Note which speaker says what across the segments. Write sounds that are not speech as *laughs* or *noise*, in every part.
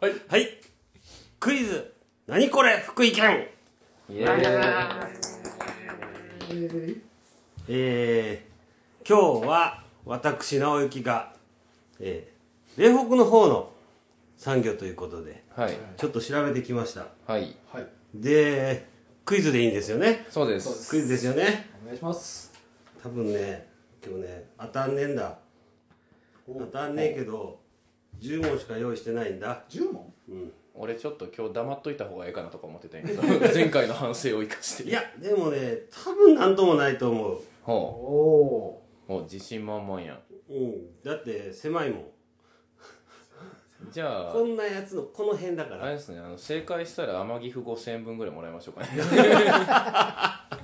Speaker 1: はいはいクイズ何これ福井県
Speaker 2: イエー
Speaker 1: えー、今日は私直行が、えー、嶺北の方の産業ということで
Speaker 2: イはい
Speaker 1: ちょっと調べてきました
Speaker 2: はい
Speaker 3: はい、
Speaker 1: でクイズでいいんですよね
Speaker 2: そうで
Speaker 3: そうです
Speaker 2: す
Speaker 1: クイズですよね
Speaker 3: お願いします。
Speaker 1: 多分ね今日ね当たんねえんだ当たんねえけど10問しか用意してないんだ
Speaker 3: 十問。
Speaker 2: 俺ちょっと今日黙っといた方がええかなとか思って *laughs* たんやけど前回の反省を生かして
Speaker 1: いやでもね多分何ともないと思う
Speaker 3: お
Speaker 2: ほ
Speaker 3: お
Speaker 2: うもう自信満々やん
Speaker 1: うんだって狭いもん
Speaker 2: じゃあ
Speaker 1: こんなやつのこの辺だか
Speaker 2: あれ
Speaker 1: ら
Speaker 2: ですねあの正解したら天城府5000円分ぐらいもらいましょ *laughs* うかね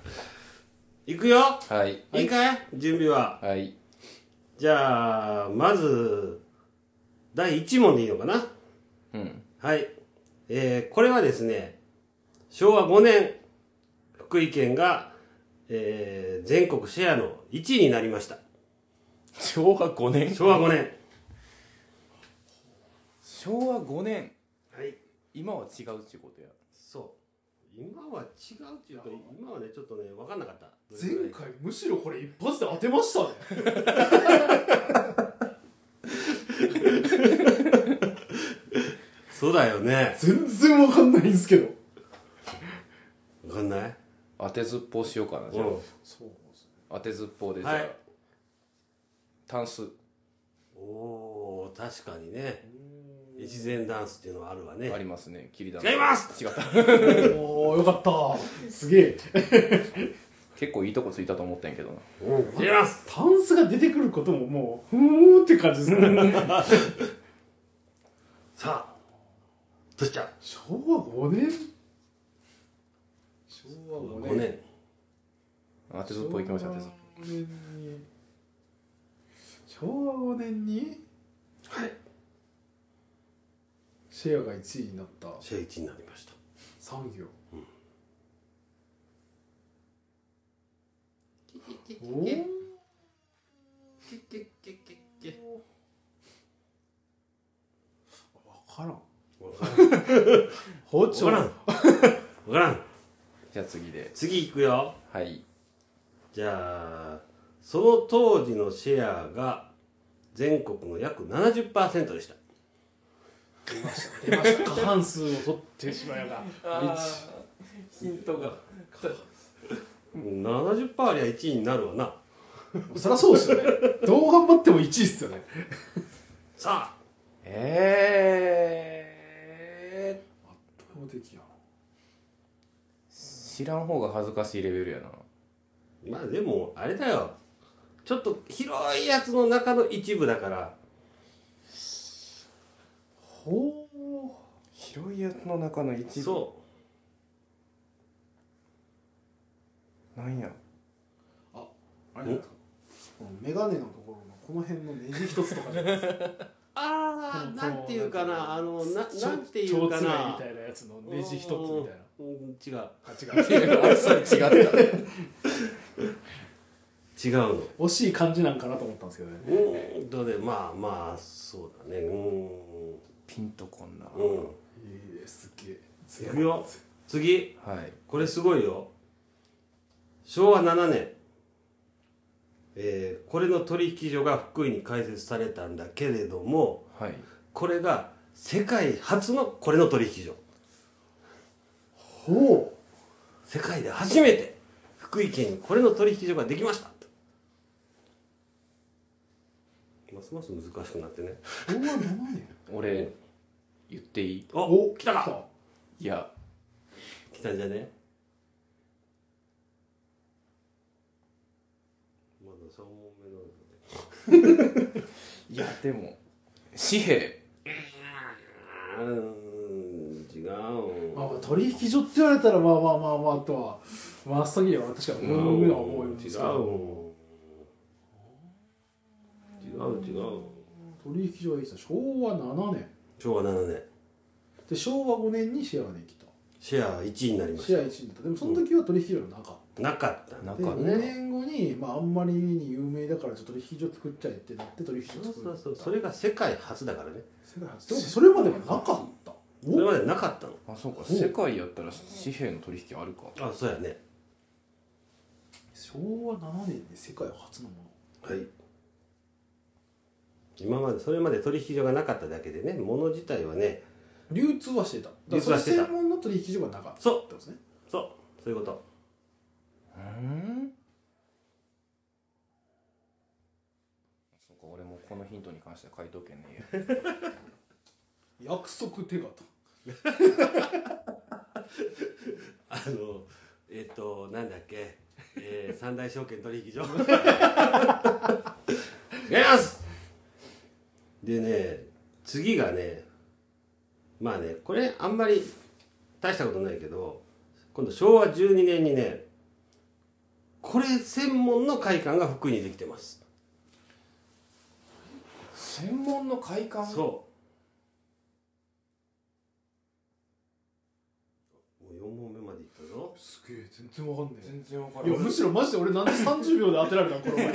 Speaker 1: いくよ
Speaker 2: はい
Speaker 1: いいかい準備は
Speaker 2: はい
Speaker 1: じゃあまず第1問でいいのかな
Speaker 2: うん
Speaker 1: はい、えーこれはですね昭和5年福井県が、えー全国シェアの1位になりました
Speaker 2: 昭和5年
Speaker 1: 昭和5年
Speaker 2: 昭和5年
Speaker 1: はい
Speaker 2: 今は違うっていうことや
Speaker 1: そう今は違うっていうか今はねちょっとね分かんなかった
Speaker 3: 前回むしろこれ一発で当てましたね。
Speaker 1: そうだよね
Speaker 3: 全然わかんないんですけど。
Speaker 1: 分かんない
Speaker 2: 当てずっぽうしようかなじゃあ
Speaker 1: お
Speaker 3: そうなんですね。
Speaker 2: 当てずっぽうでじゃあ、
Speaker 1: はい
Speaker 2: タンス
Speaker 1: おー確かにね越前ダンスっていうのはあるわね
Speaker 2: ありますね切りだ
Speaker 1: 違います
Speaker 2: 違った
Speaker 3: おお、よかった。すげえ。
Speaker 2: 結構いいとこついたと思ったんやけどな
Speaker 1: 違います
Speaker 3: タンスが出てくることももう、ふーんって感じですね。
Speaker 1: さあどうしちゃう
Speaker 3: 昭和五年。昭和五年。
Speaker 1: 5年
Speaker 2: 当てずっぽういきましょう当てずっぽう
Speaker 3: 昭和五年に。昭和五年に。
Speaker 1: はい
Speaker 3: シェアが一位になった。
Speaker 1: シェア1になりました
Speaker 3: 産業、おーわからん
Speaker 1: 分からん
Speaker 3: 包
Speaker 1: 分からん分からん
Speaker 2: じゃあ次で
Speaker 1: 次行くよ
Speaker 2: はい
Speaker 1: じゃあその当時のシェアが全国の約70%でした
Speaker 3: 出ました過半数を取ってしまえば
Speaker 2: ヒントが
Speaker 1: 70%ありゃ1位になるわな
Speaker 3: そりゃそうですよねどう頑張っても1位っすよね
Speaker 1: さあ
Speaker 2: ええ
Speaker 3: 圧倒的やな
Speaker 2: ー、知らん方が恥ずかしいレベルやな
Speaker 1: まあでもあれだよちょっと広いやつの中の一部だから
Speaker 3: ほ
Speaker 2: 広いやつの中の一部
Speaker 1: そ
Speaker 2: なんや
Speaker 3: うあれなんですかこのメガネのところのこの辺のネジ一つとかね
Speaker 1: うああ
Speaker 3: この
Speaker 1: なんていうかなあの *laughs* な
Speaker 3: ちょ
Speaker 1: なんていうかな
Speaker 3: 蝶つらいみたいなやつのネジ一つみたいな
Speaker 1: うん違う
Speaker 3: あ違う
Speaker 2: あっさり違 *laughs* った
Speaker 1: 違うの
Speaker 3: 惜しい感じなんかなと思ったんですけどね
Speaker 1: うーんとねまあまあそうだねうー
Speaker 2: ピンとこんな、
Speaker 1: んうん
Speaker 3: えー、すげえ
Speaker 1: いくよ次
Speaker 2: はい
Speaker 1: これすごいよ昭和7年、えーこれの取引所が福井に開設されたんだけれども
Speaker 2: はい
Speaker 1: これが世界初のこれの取引所
Speaker 3: ほ
Speaker 1: 世界で初めて福井県にこれの取引所ができましたますます難しくなってね
Speaker 3: う昭和7年
Speaker 2: 俺言っていい
Speaker 1: お
Speaker 3: お
Speaker 1: 来たか
Speaker 3: か
Speaker 2: いや
Speaker 1: 来たんじゃねまだ3問目なんだね
Speaker 2: いやでも紙幣
Speaker 1: うーん違う
Speaker 3: まあまあ取引所って言われたらまあまあまあまあとは真っ先には確かに思うのは思うん
Speaker 1: 違
Speaker 3: で
Speaker 1: う
Speaker 3: すけど
Speaker 1: 違う違う
Speaker 3: 取引所はいつだ昭和7年
Speaker 1: 昭和7年
Speaker 3: で昭和5年にシェアができた
Speaker 1: シェア1位になりま
Speaker 3: シェア
Speaker 1: し
Speaker 3: 1位だったでもその時は取引所がなかった
Speaker 1: なかった
Speaker 2: な
Speaker 3: で
Speaker 2: んか
Speaker 3: 5
Speaker 2: ね
Speaker 3: 年後に、まあ、あんまりに有名だからちょっと取引所作っちゃえってなって取引所
Speaker 1: そうそ
Speaker 3: 作
Speaker 1: う
Speaker 3: る
Speaker 1: そうそれが世界初だからね
Speaker 3: 世界初でもそれまではなかった
Speaker 1: それ
Speaker 3: お
Speaker 1: までなかったの
Speaker 2: あそうか
Speaker 3: お
Speaker 2: 世界やったら紙幣の取引あるか
Speaker 1: あそうやね
Speaker 3: 昭和7年で世界初のもの
Speaker 1: はい今までそれまで取引所がなかっただけでね物自体はね
Speaker 3: 流通はしてただから
Speaker 1: 流通はしてた
Speaker 3: その専門の取引所がなかった
Speaker 1: そう
Speaker 3: ってことですね
Speaker 1: そうそういうこと
Speaker 2: うんそうか俺もこのヒントに関しては回答権ねえや
Speaker 3: 約束手形
Speaker 1: あのえっ、となんだっけ、えー、三大証券取 *laughs* 引所違いますでね次がねまあねこれあんまり大したことないけど今度昭和12年にねこれ専門の会館が福井にできてます
Speaker 2: 専門の会館
Speaker 1: そうもう4問目までいったぞ
Speaker 3: すげえ全然わかんね
Speaker 2: 全然わか
Speaker 3: えいやむしろマジで俺なんで30秒で当てられたのこの前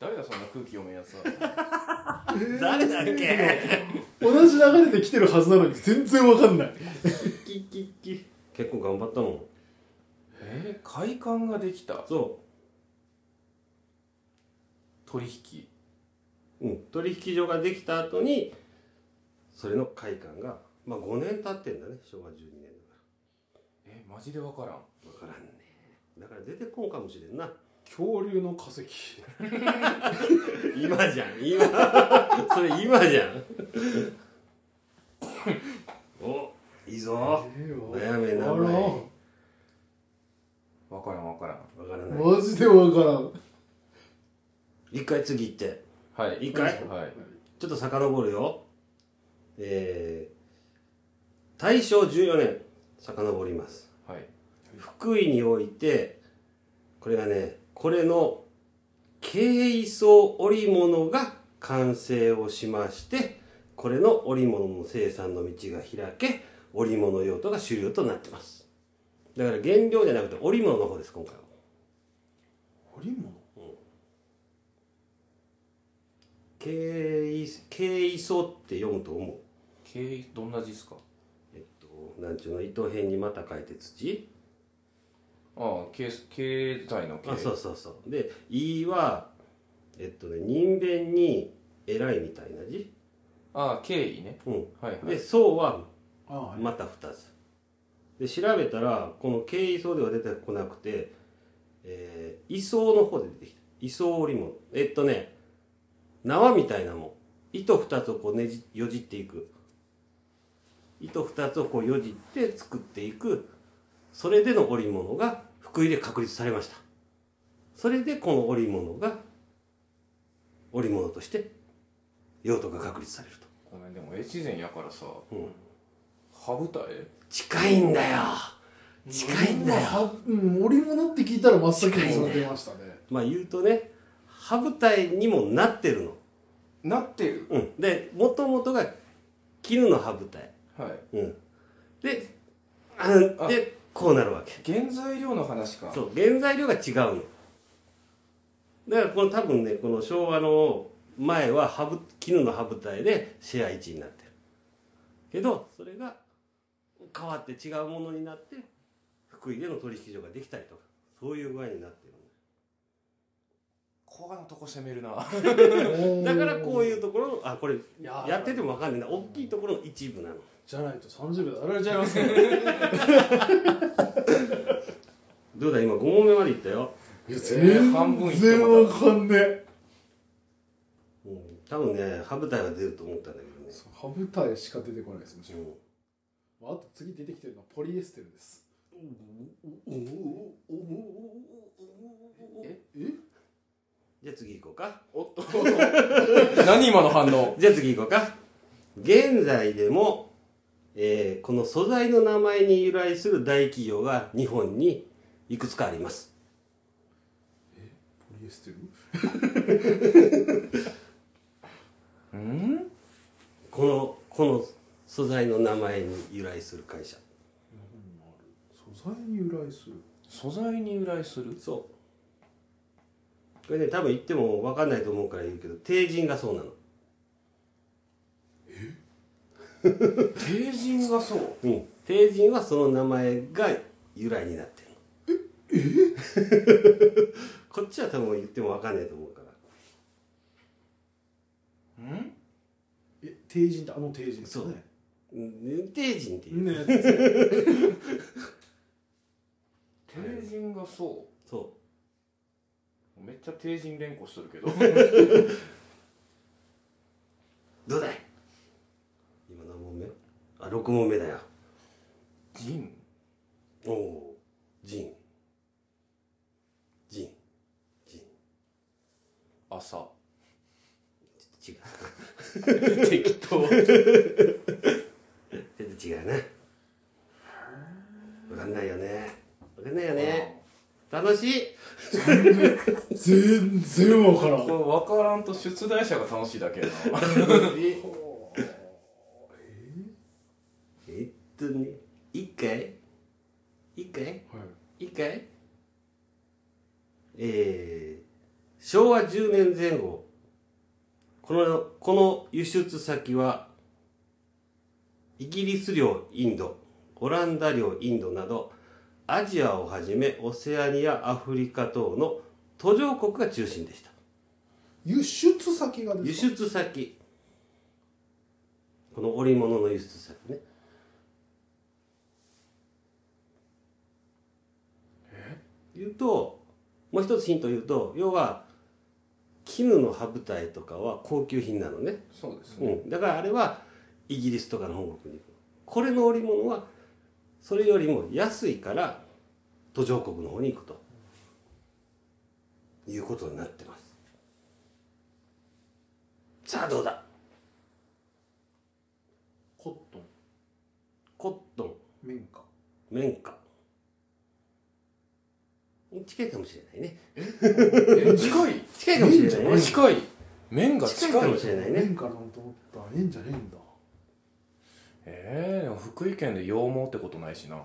Speaker 2: 誰だそんな空気読めんやつは
Speaker 1: *laughs* 誰だっ *laughs* け
Speaker 3: 同じ流れで来てるはずなのに全然わかんない
Speaker 1: キッキッキ結構頑張ったもん
Speaker 2: *laughs* えー、会館ができた
Speaker 1: そう
Speaker 2: 取引
Speaker 1: うん、取引所ができた後にそれの会館が、まあ、5年経ってんだね昭和12年
Speaker 2: えマジでわからん
Speaker 1: だから分からんねだから出てこんかもしれんな
Speaker 3: 恐竜の化石
Speaker 1: 今じゃん今 *laughs* それ今じゃんおいいぞ悩め
Speaker 3: な
Speaker 1: 悩
Speaker 3: ら
Speaker 1: め
Speaker 3: ん
Speaker 2: わからんわからん
Speaker 1: 分からない
Speaker 3: マジでわからん
Speaker 1: 一回次行って
Speaker 2: はい
Speaker 1: 一回
Speaker 2: はい
Speaker 1: ちょっと遡るよえー、大正14年遡ります
Speaker 2: はい
Speaker 1: 福井においてこれがねこれの軽装織物が完成をしましてこれの織物の生産の道が開け織物用途が主流となってますだから原料じゃなくて織物の方です今回は
Speaker 3: 織物
Speaker 1: 軽軽装って読むと思う
Speaker 2: 経営どんな字っすか
Speaker 1: えっとなんちゅうの糸辺にまた書いて土
Speaker 2: ああ経経済の経
Speaker 1: あそうそうそうで「い」はえっとね人弁に偉いみたいな字
Speaker 2: ああ経緯ね
Speaker 1: うん
Speaker 2: はいはい
Speaker 1: で「そう」は
Speaker 3: あ
Speaker 1: また2つで調べたらこの経緯層では出てこなくて、えー、位相の方で出てきた位相織物えっとね縄みたいなもん糸2つをこうねじよじっていく糸2つをこうよじって作っていくそれでの織物が福井で確立されましたそれでこの織物が織物として用途が確立されると、
Speaker 2: ごめんでも越前やからさ
Speaker 1: うん、
Speaker 2: 羽舞台
Speaker 1: 近いんだよ
Speaker 3: あ
Speaker 1: 近いんだよ
Speaker 3: うん織物って聞いたら真っ先にそれ出ましたね
Speaker 1: まあ言うとね羽舞台にもなってるの、
Speaker 2: なってる
Speaker 1: うん、でもともとが絹の羽舞台、
Speaker 2: はい
Speaker 1: うん、であの
Speaker 2: あ
Speaker 1: でこうなるわけ
Speaker 2: 原材料の話か
Speaker 1: そう原材料が違うのだからこの多分ねこの昭和の前は羽舞絹の羽舞台でシェア1になってるけどそれが変わって違うものになって福井での取引所ができたりとかそういう具合になってるの
Speaker 2: コアなとこ攻めるな
Speaker 1: だからこういううところあこれ
Speaker 3: や
Speaker 1: やってても分かんないな大きいところの一部なの
Speaker 3: じゃないと30秒で当たられちゃいますから
Speaker 1: どうだ今5問目までいったよ、
Speaker 3: いや
Speaker 2: 全然
Speaker 3: わかんねえ
Speaker 1: うん、多分ね羽舞台が出ると思ったんだけどね
Speaker 3: そう羽舞台しか出てこないですむしろ
Speaker 1: うん
Speaker 3: あと次出てきてるのはポリエステルです
Speaker 2: え
Speaker 3: え
Speaker 1: じゃあ次行こうか
Speaker 2: おっと *laughs* 何今の反応
Speaker 1: じゃあ次行こうか現在でも、えーこの素材の名前に由来する大企業が日本にいくつかあります
Speaker 3: ポリエステル
Speaker 2: うん
Speaker 1: このこの素材の名前に由来する会社
Speaker 3: 日本にある素材に由来する
Speaker 2: 素材に由来する
Speaker 1: そうこれね多分言っても分かんないと思うから言うけど帝人がそうなの
Speaker 2: *laughs* 帝人がそう
Speaker 1: うん帝人はその名前が由来になってるのえ *laughs* こっちは多分言っても分かんないと思うから
Speaker 2: ん
Speaker 3: え定人ってあの定人ですよね
Speaker 1: うん帝人っていう、
Speaker 3: ねえ
Speaker 2: 帝人がそ
Speaker 1: そう
Speaker 2: めっちゃ帝人連呼しとるけ *laughs* ど
Speaker 1: うどうだい今何問目あ六6問目だよ
Speaker 2: 人
Speaker 1: おお人人人
Speaker 2: 朝
Speaker 1: ちょっと違う
Speaker 2: 適当
Speaker 1: ちょっと違うな。わかんないよね。わかんないよね。楽しい
Speaker 3: 全然わからん
Speaker 2: これ分からんと出題者が楽しいだけやな
Speaker 1: ええっとね、一回一回一回えー、昭和10年前後、この、この輸出先は、イギリス領インド、オランダ領インドなど、アジアをはじめ、オセアニア、アフリカ等の途上国が中心でした。
Speaker 3: 輸出先が
Speaker 1: 輸
Speaker 3: ですか
Speaker 1: 出先この織物の輸出先ねえ言うともう一つヒントを言うと要は絹の羽舞台とかは高級品なのね、
Speaker 2: そうですね
Speaker 1: うん、だからあれはイギリスとかの本国に行くこれの織物はそれよりも安いから途上国の方に行くということになってますさあどうだ
Speaker 3: コットン
Speaker 1: コット
Speaker 3: 綿花
Speaker 1: ン綿花近いかもしれないね
Speaker 2: え近い
Speaker 1: 近いかもしれない
Speaker 3: いいん
Speaker 1: ね
Speaker 3: じ
Speaker 2: 近い面が近
Speaker 1: 近い
Speaker 2: い
Speaker 1: かもしれないね
Speaker 3: 綿花なんと思ったらええんじゃねえんだ
Speaker 2: えー、でも福井県で羊毛ってことないしな
Speaker 1: う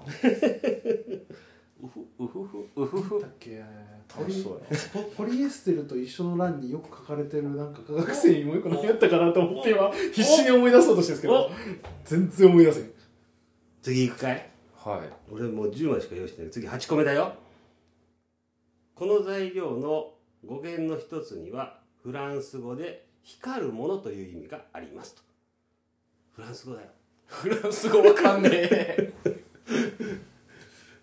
Speaker 1: ふうふふうふ
Speaker 3: なん
Speaker 1: ふ
Speaker 3: だっけポ
Speaker 2: 楽し
Speaker 3: リ
Speaker 2: そうや
Speaker 3: ポポリエステルと一緒の欄によく書かれてるなんか化学繊維もう一個何やったかなと思って今必死に思い出そうとしてるんですけど全然思い出せん
Speaker 1: 次行くかい
Speaker 2: なはい
Speaker 1: 俺もう10枚しか用意してない次8個目だよこの材料の語源の一つにはフランス語で光るものという意味がありますとフランス語だよ
Speaker 2: フランス語わかんねえ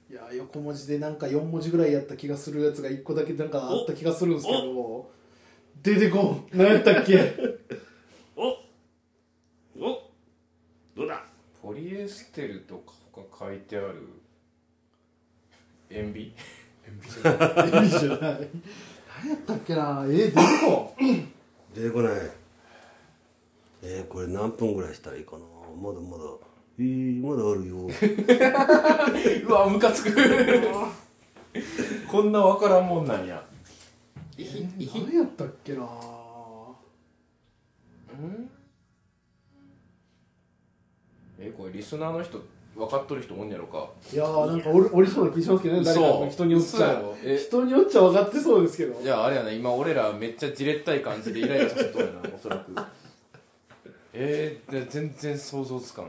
Speaker 3: いや横文字でなんか4文字ぐらいやった気がするやつが1個だけなんかあった気がするんですけど出てこん何やったっけ
Speaker 1: おおどうだ
Speaker 2: ポリエステルとかが書いてある塩ビ
Speaker 3: *laughs* 意味じゃない何やったっけなえー、出てこん
Speaker 1: 出てこないえー、これ何分ぐらいしたらいいかなまだまだえー、まだあるよ
Speaker 2: うわムカつくこんなわからんもんなんや
Speaker 1: いひいひ
Speaker 3: 何やったっけな
Speaker 2: えこれリスナーの人分かっとる人おんねやろか
Speaker 3: いやーなんかおりおりそうな気しますけどね誰か
Speaker 2: 嘘
Speaker 3: の人によっち
Speaker 2: 嘘や
Speaker 3: ゃ
Speaker 2: ろえ
Speaker 3: 人によっちゃ分かってそうですけど
Speaker 2: じゃああれやな今俺らめっちゃじれったい感じでイライラさせとるやなおそらくえー、で全然想像つかんあ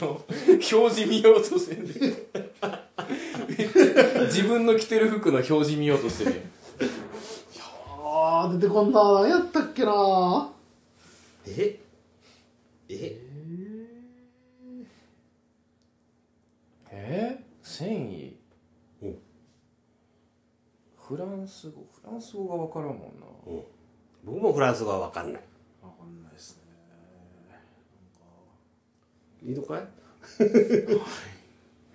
Speaker 2: の表示見ようとしてる *laughs* 自分の着てる服の表示見ようとしてるやん
Speaker 3: あー出てこんな何やったっけな
Speaker 1: *laughs* ええ
Speaker 2: えー、繊維
Speaker 1: うん
Speaker 2: フランス語フランス語が分からんもんな
Speaker 1: 僕もフランス語は分かんない
Speaker 3: 分かんないですね
Speaker 1: いいのかい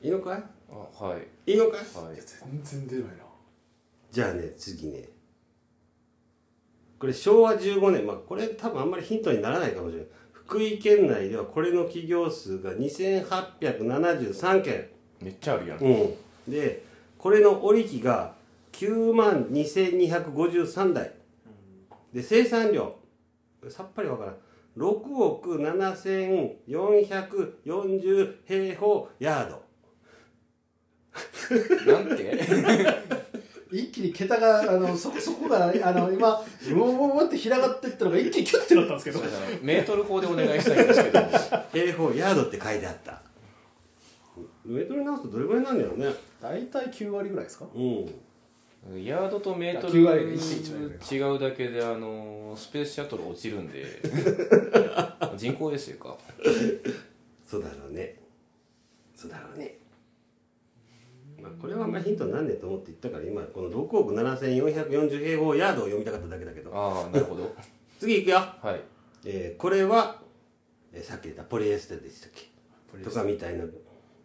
Speaker 1: いいのか
Speaker 2: あはい
Speaker 1: いいいのかい
Speaker 2: はい
Speaker 3: 全然出ないな
Speaker 1: じゃあね次ねこれ昭和15年まあこれ多分あんまりヒントにならないかもしれない福井県内ではこれの企業数が2873件
Speaker 2: めっちゃあるやん
Speaker 1: うん、でこれの織り機が9万2253台で生産量さっぱりわからん6億7440平方ヤード
Speaker 2: なんて *laughs*
Speaker 3: 一気に桁があのそこそこがあの今うおうおうって広がってったのが一気にキュッてなったんですけど
Speaker 2: そうだなメートル法でお願いしたいんですけど
Speaker 1: 平方ヤードって書いてあったメートルに直すとどれぐらいなんだろうね
Speaker 3: 大体9割ぐらいですか
Speaker 1: うん
Speaker 2: ヤードとメートル
Speaker 3: 9割が1.1
Speaker 2: 違うだけであのースペースシャトル落ちるんで人工衛星か
Speaker 1: そうだろうねそうだろうねまあこれはあんまヒントなんねえと思って言ったから今この6億7440平方ヤードを読みたかっただけだけど
Speaker 2: ああなるほど
Speaker 1: 次行くよ
Speaker 2: はい
Speaker 1: えーこれは、えーさっき言ったポリエステルでしたっけとかみたいな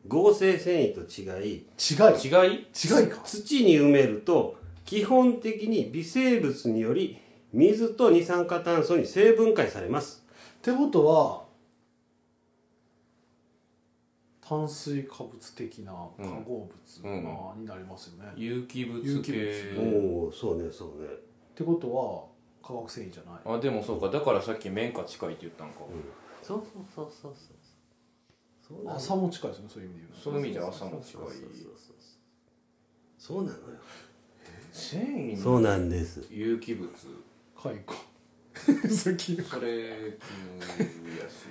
Speaker 1: 合成繊維と違い
Speaker 3: 違い
Speaker 2: 違い
Speaker 3: 違いか
Speaker 1: 土に埋めると基本的に微生物により水と二酸化炭素に成分解されます
Speaker 3: ってことは炭水化物的な化合物
Speaker 2: うん
Speaker 3: まあになりますよね、っ
Speaker 2: 有機物
Speaker 3: 有
Speaker 2: 系
Speaker 3: 機
Speaker 1: お
Speaker 3: 物
Speaker 1: おーそうねそうね
Speaker 3: てことは化学繊維じゃない
Speaker 2: あでもそうかだからさっき綿花近いって言ったんか、
Speaker 1: そうそうそうそうそうそうなの
Speaker 3: 朝も近いですねそういう意味で言う
Speaker 2: そういう意味で朝も近い
Speaker 1: そうそうそうそうそうなのよ
Speaker 2: 繊維
Speaker 1: そ
Speaker 2: の
Speaker 1: うなんです
Speaker 2: 有機物
Speaker 3: と解
Speaker 2: *laughs*
Speaker 3: 雇さっきの
Speaker 2: それ絹やし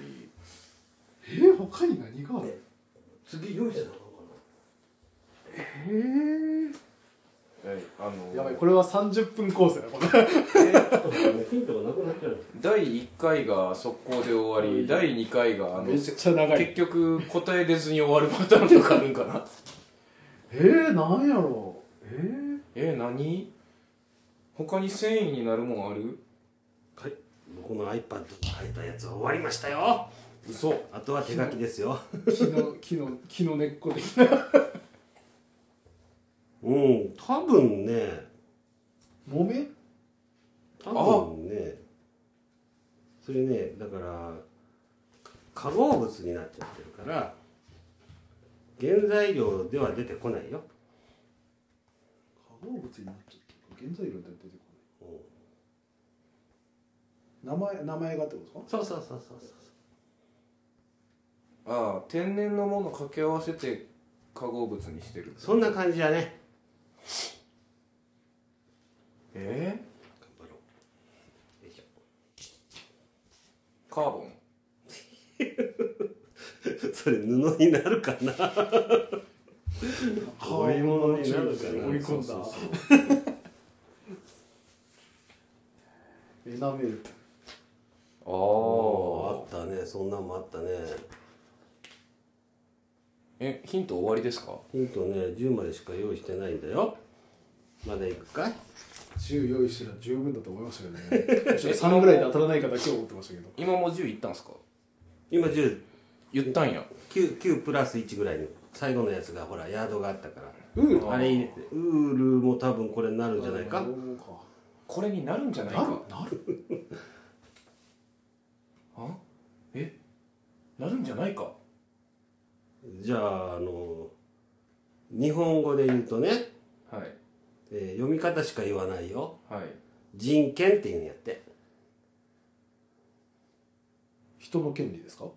Speaker 3: えー、他に何がある
Speaker 1: 次用意したのか
Speaker 2: はいあの
Speaker 3: やばいこれは30分コースだなこれ
Speaker 1: なヒントがなくなっちゃう
Speaker 2: 第1回が速攻で終わり第2回があの
Speaker 3: めっちゃ長
Speaker 2: 結
Speaker 3: い
Speaker 2: 局答え出ずに終わるパターンとかあるんかな *laughs*
Speaker 3: えー、なんやろうえー、
Speaker 2: え何他に繊維になるもんある
Speaker 1: はい僕の iPad が書いたやつは終わりましたよ
Speaker 2: 嘘
Speaker 1: あとは手書きですよ
Speaker 3: 木の木の木の根っこ的な
Speaker 1: うん多分ね
Speaker 3: もめ
Speaker 1: 多分ねそれねだから化合物になっちゃってるから原材料では出てこないよ
Speaker 3: 化合物になっちゃってる原材料って出てこない名前名前がってことですか
Speaker 1: そうそうそうそうそ
Speaker 2: ああ天然のもの掛け合わせて化合物にしてる
Speaker 1: うそんな感じだね
Speaker 2: え
Speaker 1: 頑張ろうよいしょ
Speaker 2: ー、カーボン
Speaker 1: それ布になるかな織物になるかな
Speaker 3: 織り込んだ
Speaker 1: そうそう
Speaker 3: エナメル
Speaker 1: あ
Speaker 2: ああ
Speaker 1: ったねそんなんもあったね
Speaker 2: えヒント終わりですか
Speaker 1: ヒントね10までしか用意してないんだよまだいくかい
Speaker 3: 10用意してたら十分だと思いましたけどねちょっと3ぐらいで当たらないかだけ思ってましたけど
Speaker 2: 今もう10いったんすか
Speaker 1: 今10
Speaker 2: 言ったんや
Speaker 1: 9, 9プラス1ぐらいの最後のやつがほらヤードがあったから
Speaker 3: ウール
Speaker 2: あ
Speaker 1: あれ入れてウールも多分これになるんじゃないか
Speaker 2: これになるんじゃない
Speaker 3: な
Speaker 2: か
Speaker 3: るなる
Speaker 2: *laughs* あえなるんじゃないか
Speaker 1: じゃああの日本語で言うとね、
Speaker 2: はい
Speaker 1: えー読み方しか言わないよ
Speaker 2: はい
Speaker 1: 人権っていうんやって
Speaker 3: 人の権利ですか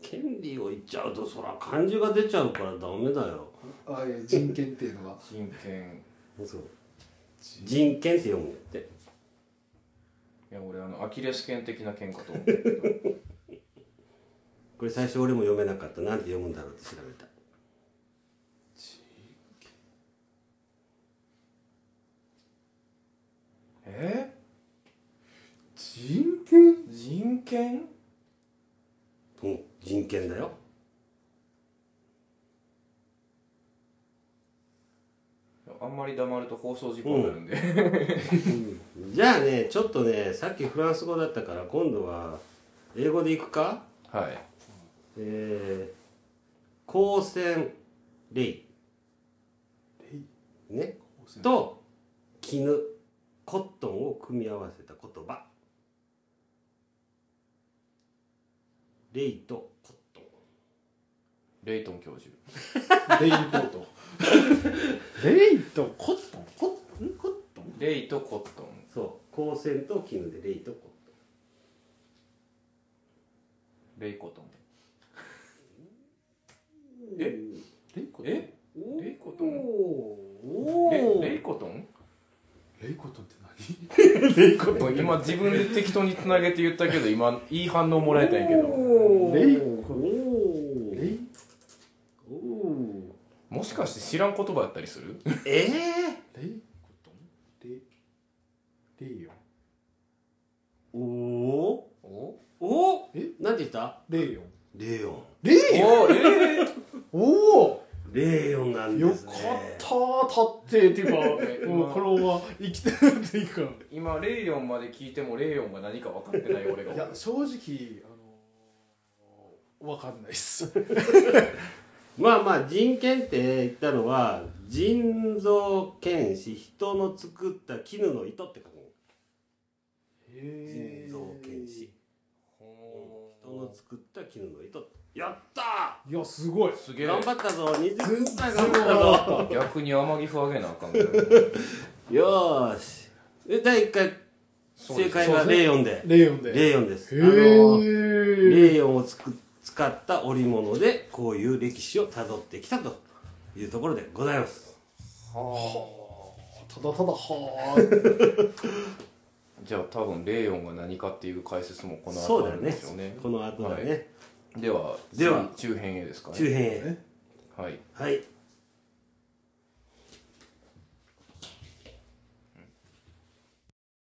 Speaker 1: 権利を言っちゃうとそら漢字が出ちゃうからダメだよ
Speaker 3: あいや人権っていう
Speaker 1: *laughs*
Speaker 3: のが
Speaker 2: 人権
Speaker 1: そう人権って読むんやって
Speaker 2: いや俺あのアキレス腱的な剣かと思
Speaker 3: *laughs*
Speaker 2: ったけど
Speaker 1: これ最初俺も読めなかったなんて読むんだろうって調べた
Speaker 2: え
Speaker 3: 人権
Speaker 2: 人権
Speaker 1: うん人権だよ
Speaker 2: あんまり黙ると放送事故になるんで、
Speaker 1: じゃあねちょっとねさっきフランス語だったから今度は英語でいくか
Speaker 2: *laughs* はい
Speaker 1: えー、光線霊ねと絹コットンを組み合わせた言葉霊とコットン
Speaker 2: レイトン教授
Speaker 3: レインコートレイとコットンコットンコットン
Speaker 2: レイとコットン
Speaker 1: そう光線と絹で霊とコッ
Speaker 2: レイコットン
Speaker 1: トン
Speaker 2: え
Speaker 3: レイコットン
Speaker 2: え
Speaker 1: おー
Speaker 2: レイコトン
Speaker 1: お
Speaker 2: レ
Speaker 1: ー
Speaker 2: レイコトン
Speaker 3: レイコトンって
Speaker 1: レイコ
Speaker 2: 今自分で適当につなげて言ったけど今いい反応もらえたんやけど
Speaker 1: おー
Speaker 3: レイコ
Speaker 1: お
Speaker 3: 何
Speaker 1: ー
Speaker 3: レイ
Speaker 1: おー
Speaker 2: もしかして知らん言葉やったりする
Speaker 1: ええ
Speaker 3: レイコトンレイレイヨン
Speaker 1: ー、おー
Speaker 2: お
Speaker 1: お
Speaker 3: え
Speaker 1: なんて言った
Speaker 3: レイヨン
Speaker 1: レイオン
Speaker 3: レイヨン
Speaker 2: おええ
Speaker 3: おお
Speaker 1: レイオンなん
Speaker 3: よ
Speaker 1: で
Speaker 3: かっ
Speaker 1: すね
Speaker 3: た立ってって *laughs* いうかもうこのまま生きてるっていうか
Speaker 2: 今レイヨンまで聞いてもレイヨンが何か分かってない俺が
Speaker 3: いや正直あのわかんないっす
Speaker 1: まあまあ人権って言ったのは人造剣士人の作った絹の糸って書くの人造剣士
Speaker 2: ほ
Speaker 1: 人の作った絹の糸やった
Speaker 3: いやすごい
Speaker 2: ーすげ
Speaker 1: ー頑
Speaker 2: え
Speaker 1: 張ったぞ20
Speaker 3: 全
Speaker 1: 分
Speaker 3: 然
Speaker 1: 頑
Speaker 3: わかんな
Speaker 1: 張っ
Speaker 3: かった
Speaker 2: 逆に天城ふあげなあかんみたいな
Speaker 1: たぞよーしえ第1回
Speaker 2: そうで
Speaker 1: 正
Speaker 2: す
Speaker 1: 解はレイオンで
Speaker 3: レイヨンで
Speaker 1: レイオンです
Speaker 3: へ
Speaker 1: あのー
Speaker 3: え
Speaker 1: レイオンをつく使った織物でこういう歴史をたどってきたというところでございます
Speaker 3: ただただはー
Speaker 2: じゃあ多分レイヨンが何かっていう解説もこの
Speaker 1: そう
Speaker 2: 後
Speaker 1: だよ
Speaker 2: あるんで
Speaker 1: ね
Speaker 2: すよね
Speaker 1: この後だね、
Speaker 2: では
Speaker 1: では
Speaker 2: 次中編へですか
Speaker 1: 中
Speaker 2: ね
Speaker 1: 編へ
Speaker 2: はい
Speaker 1: はい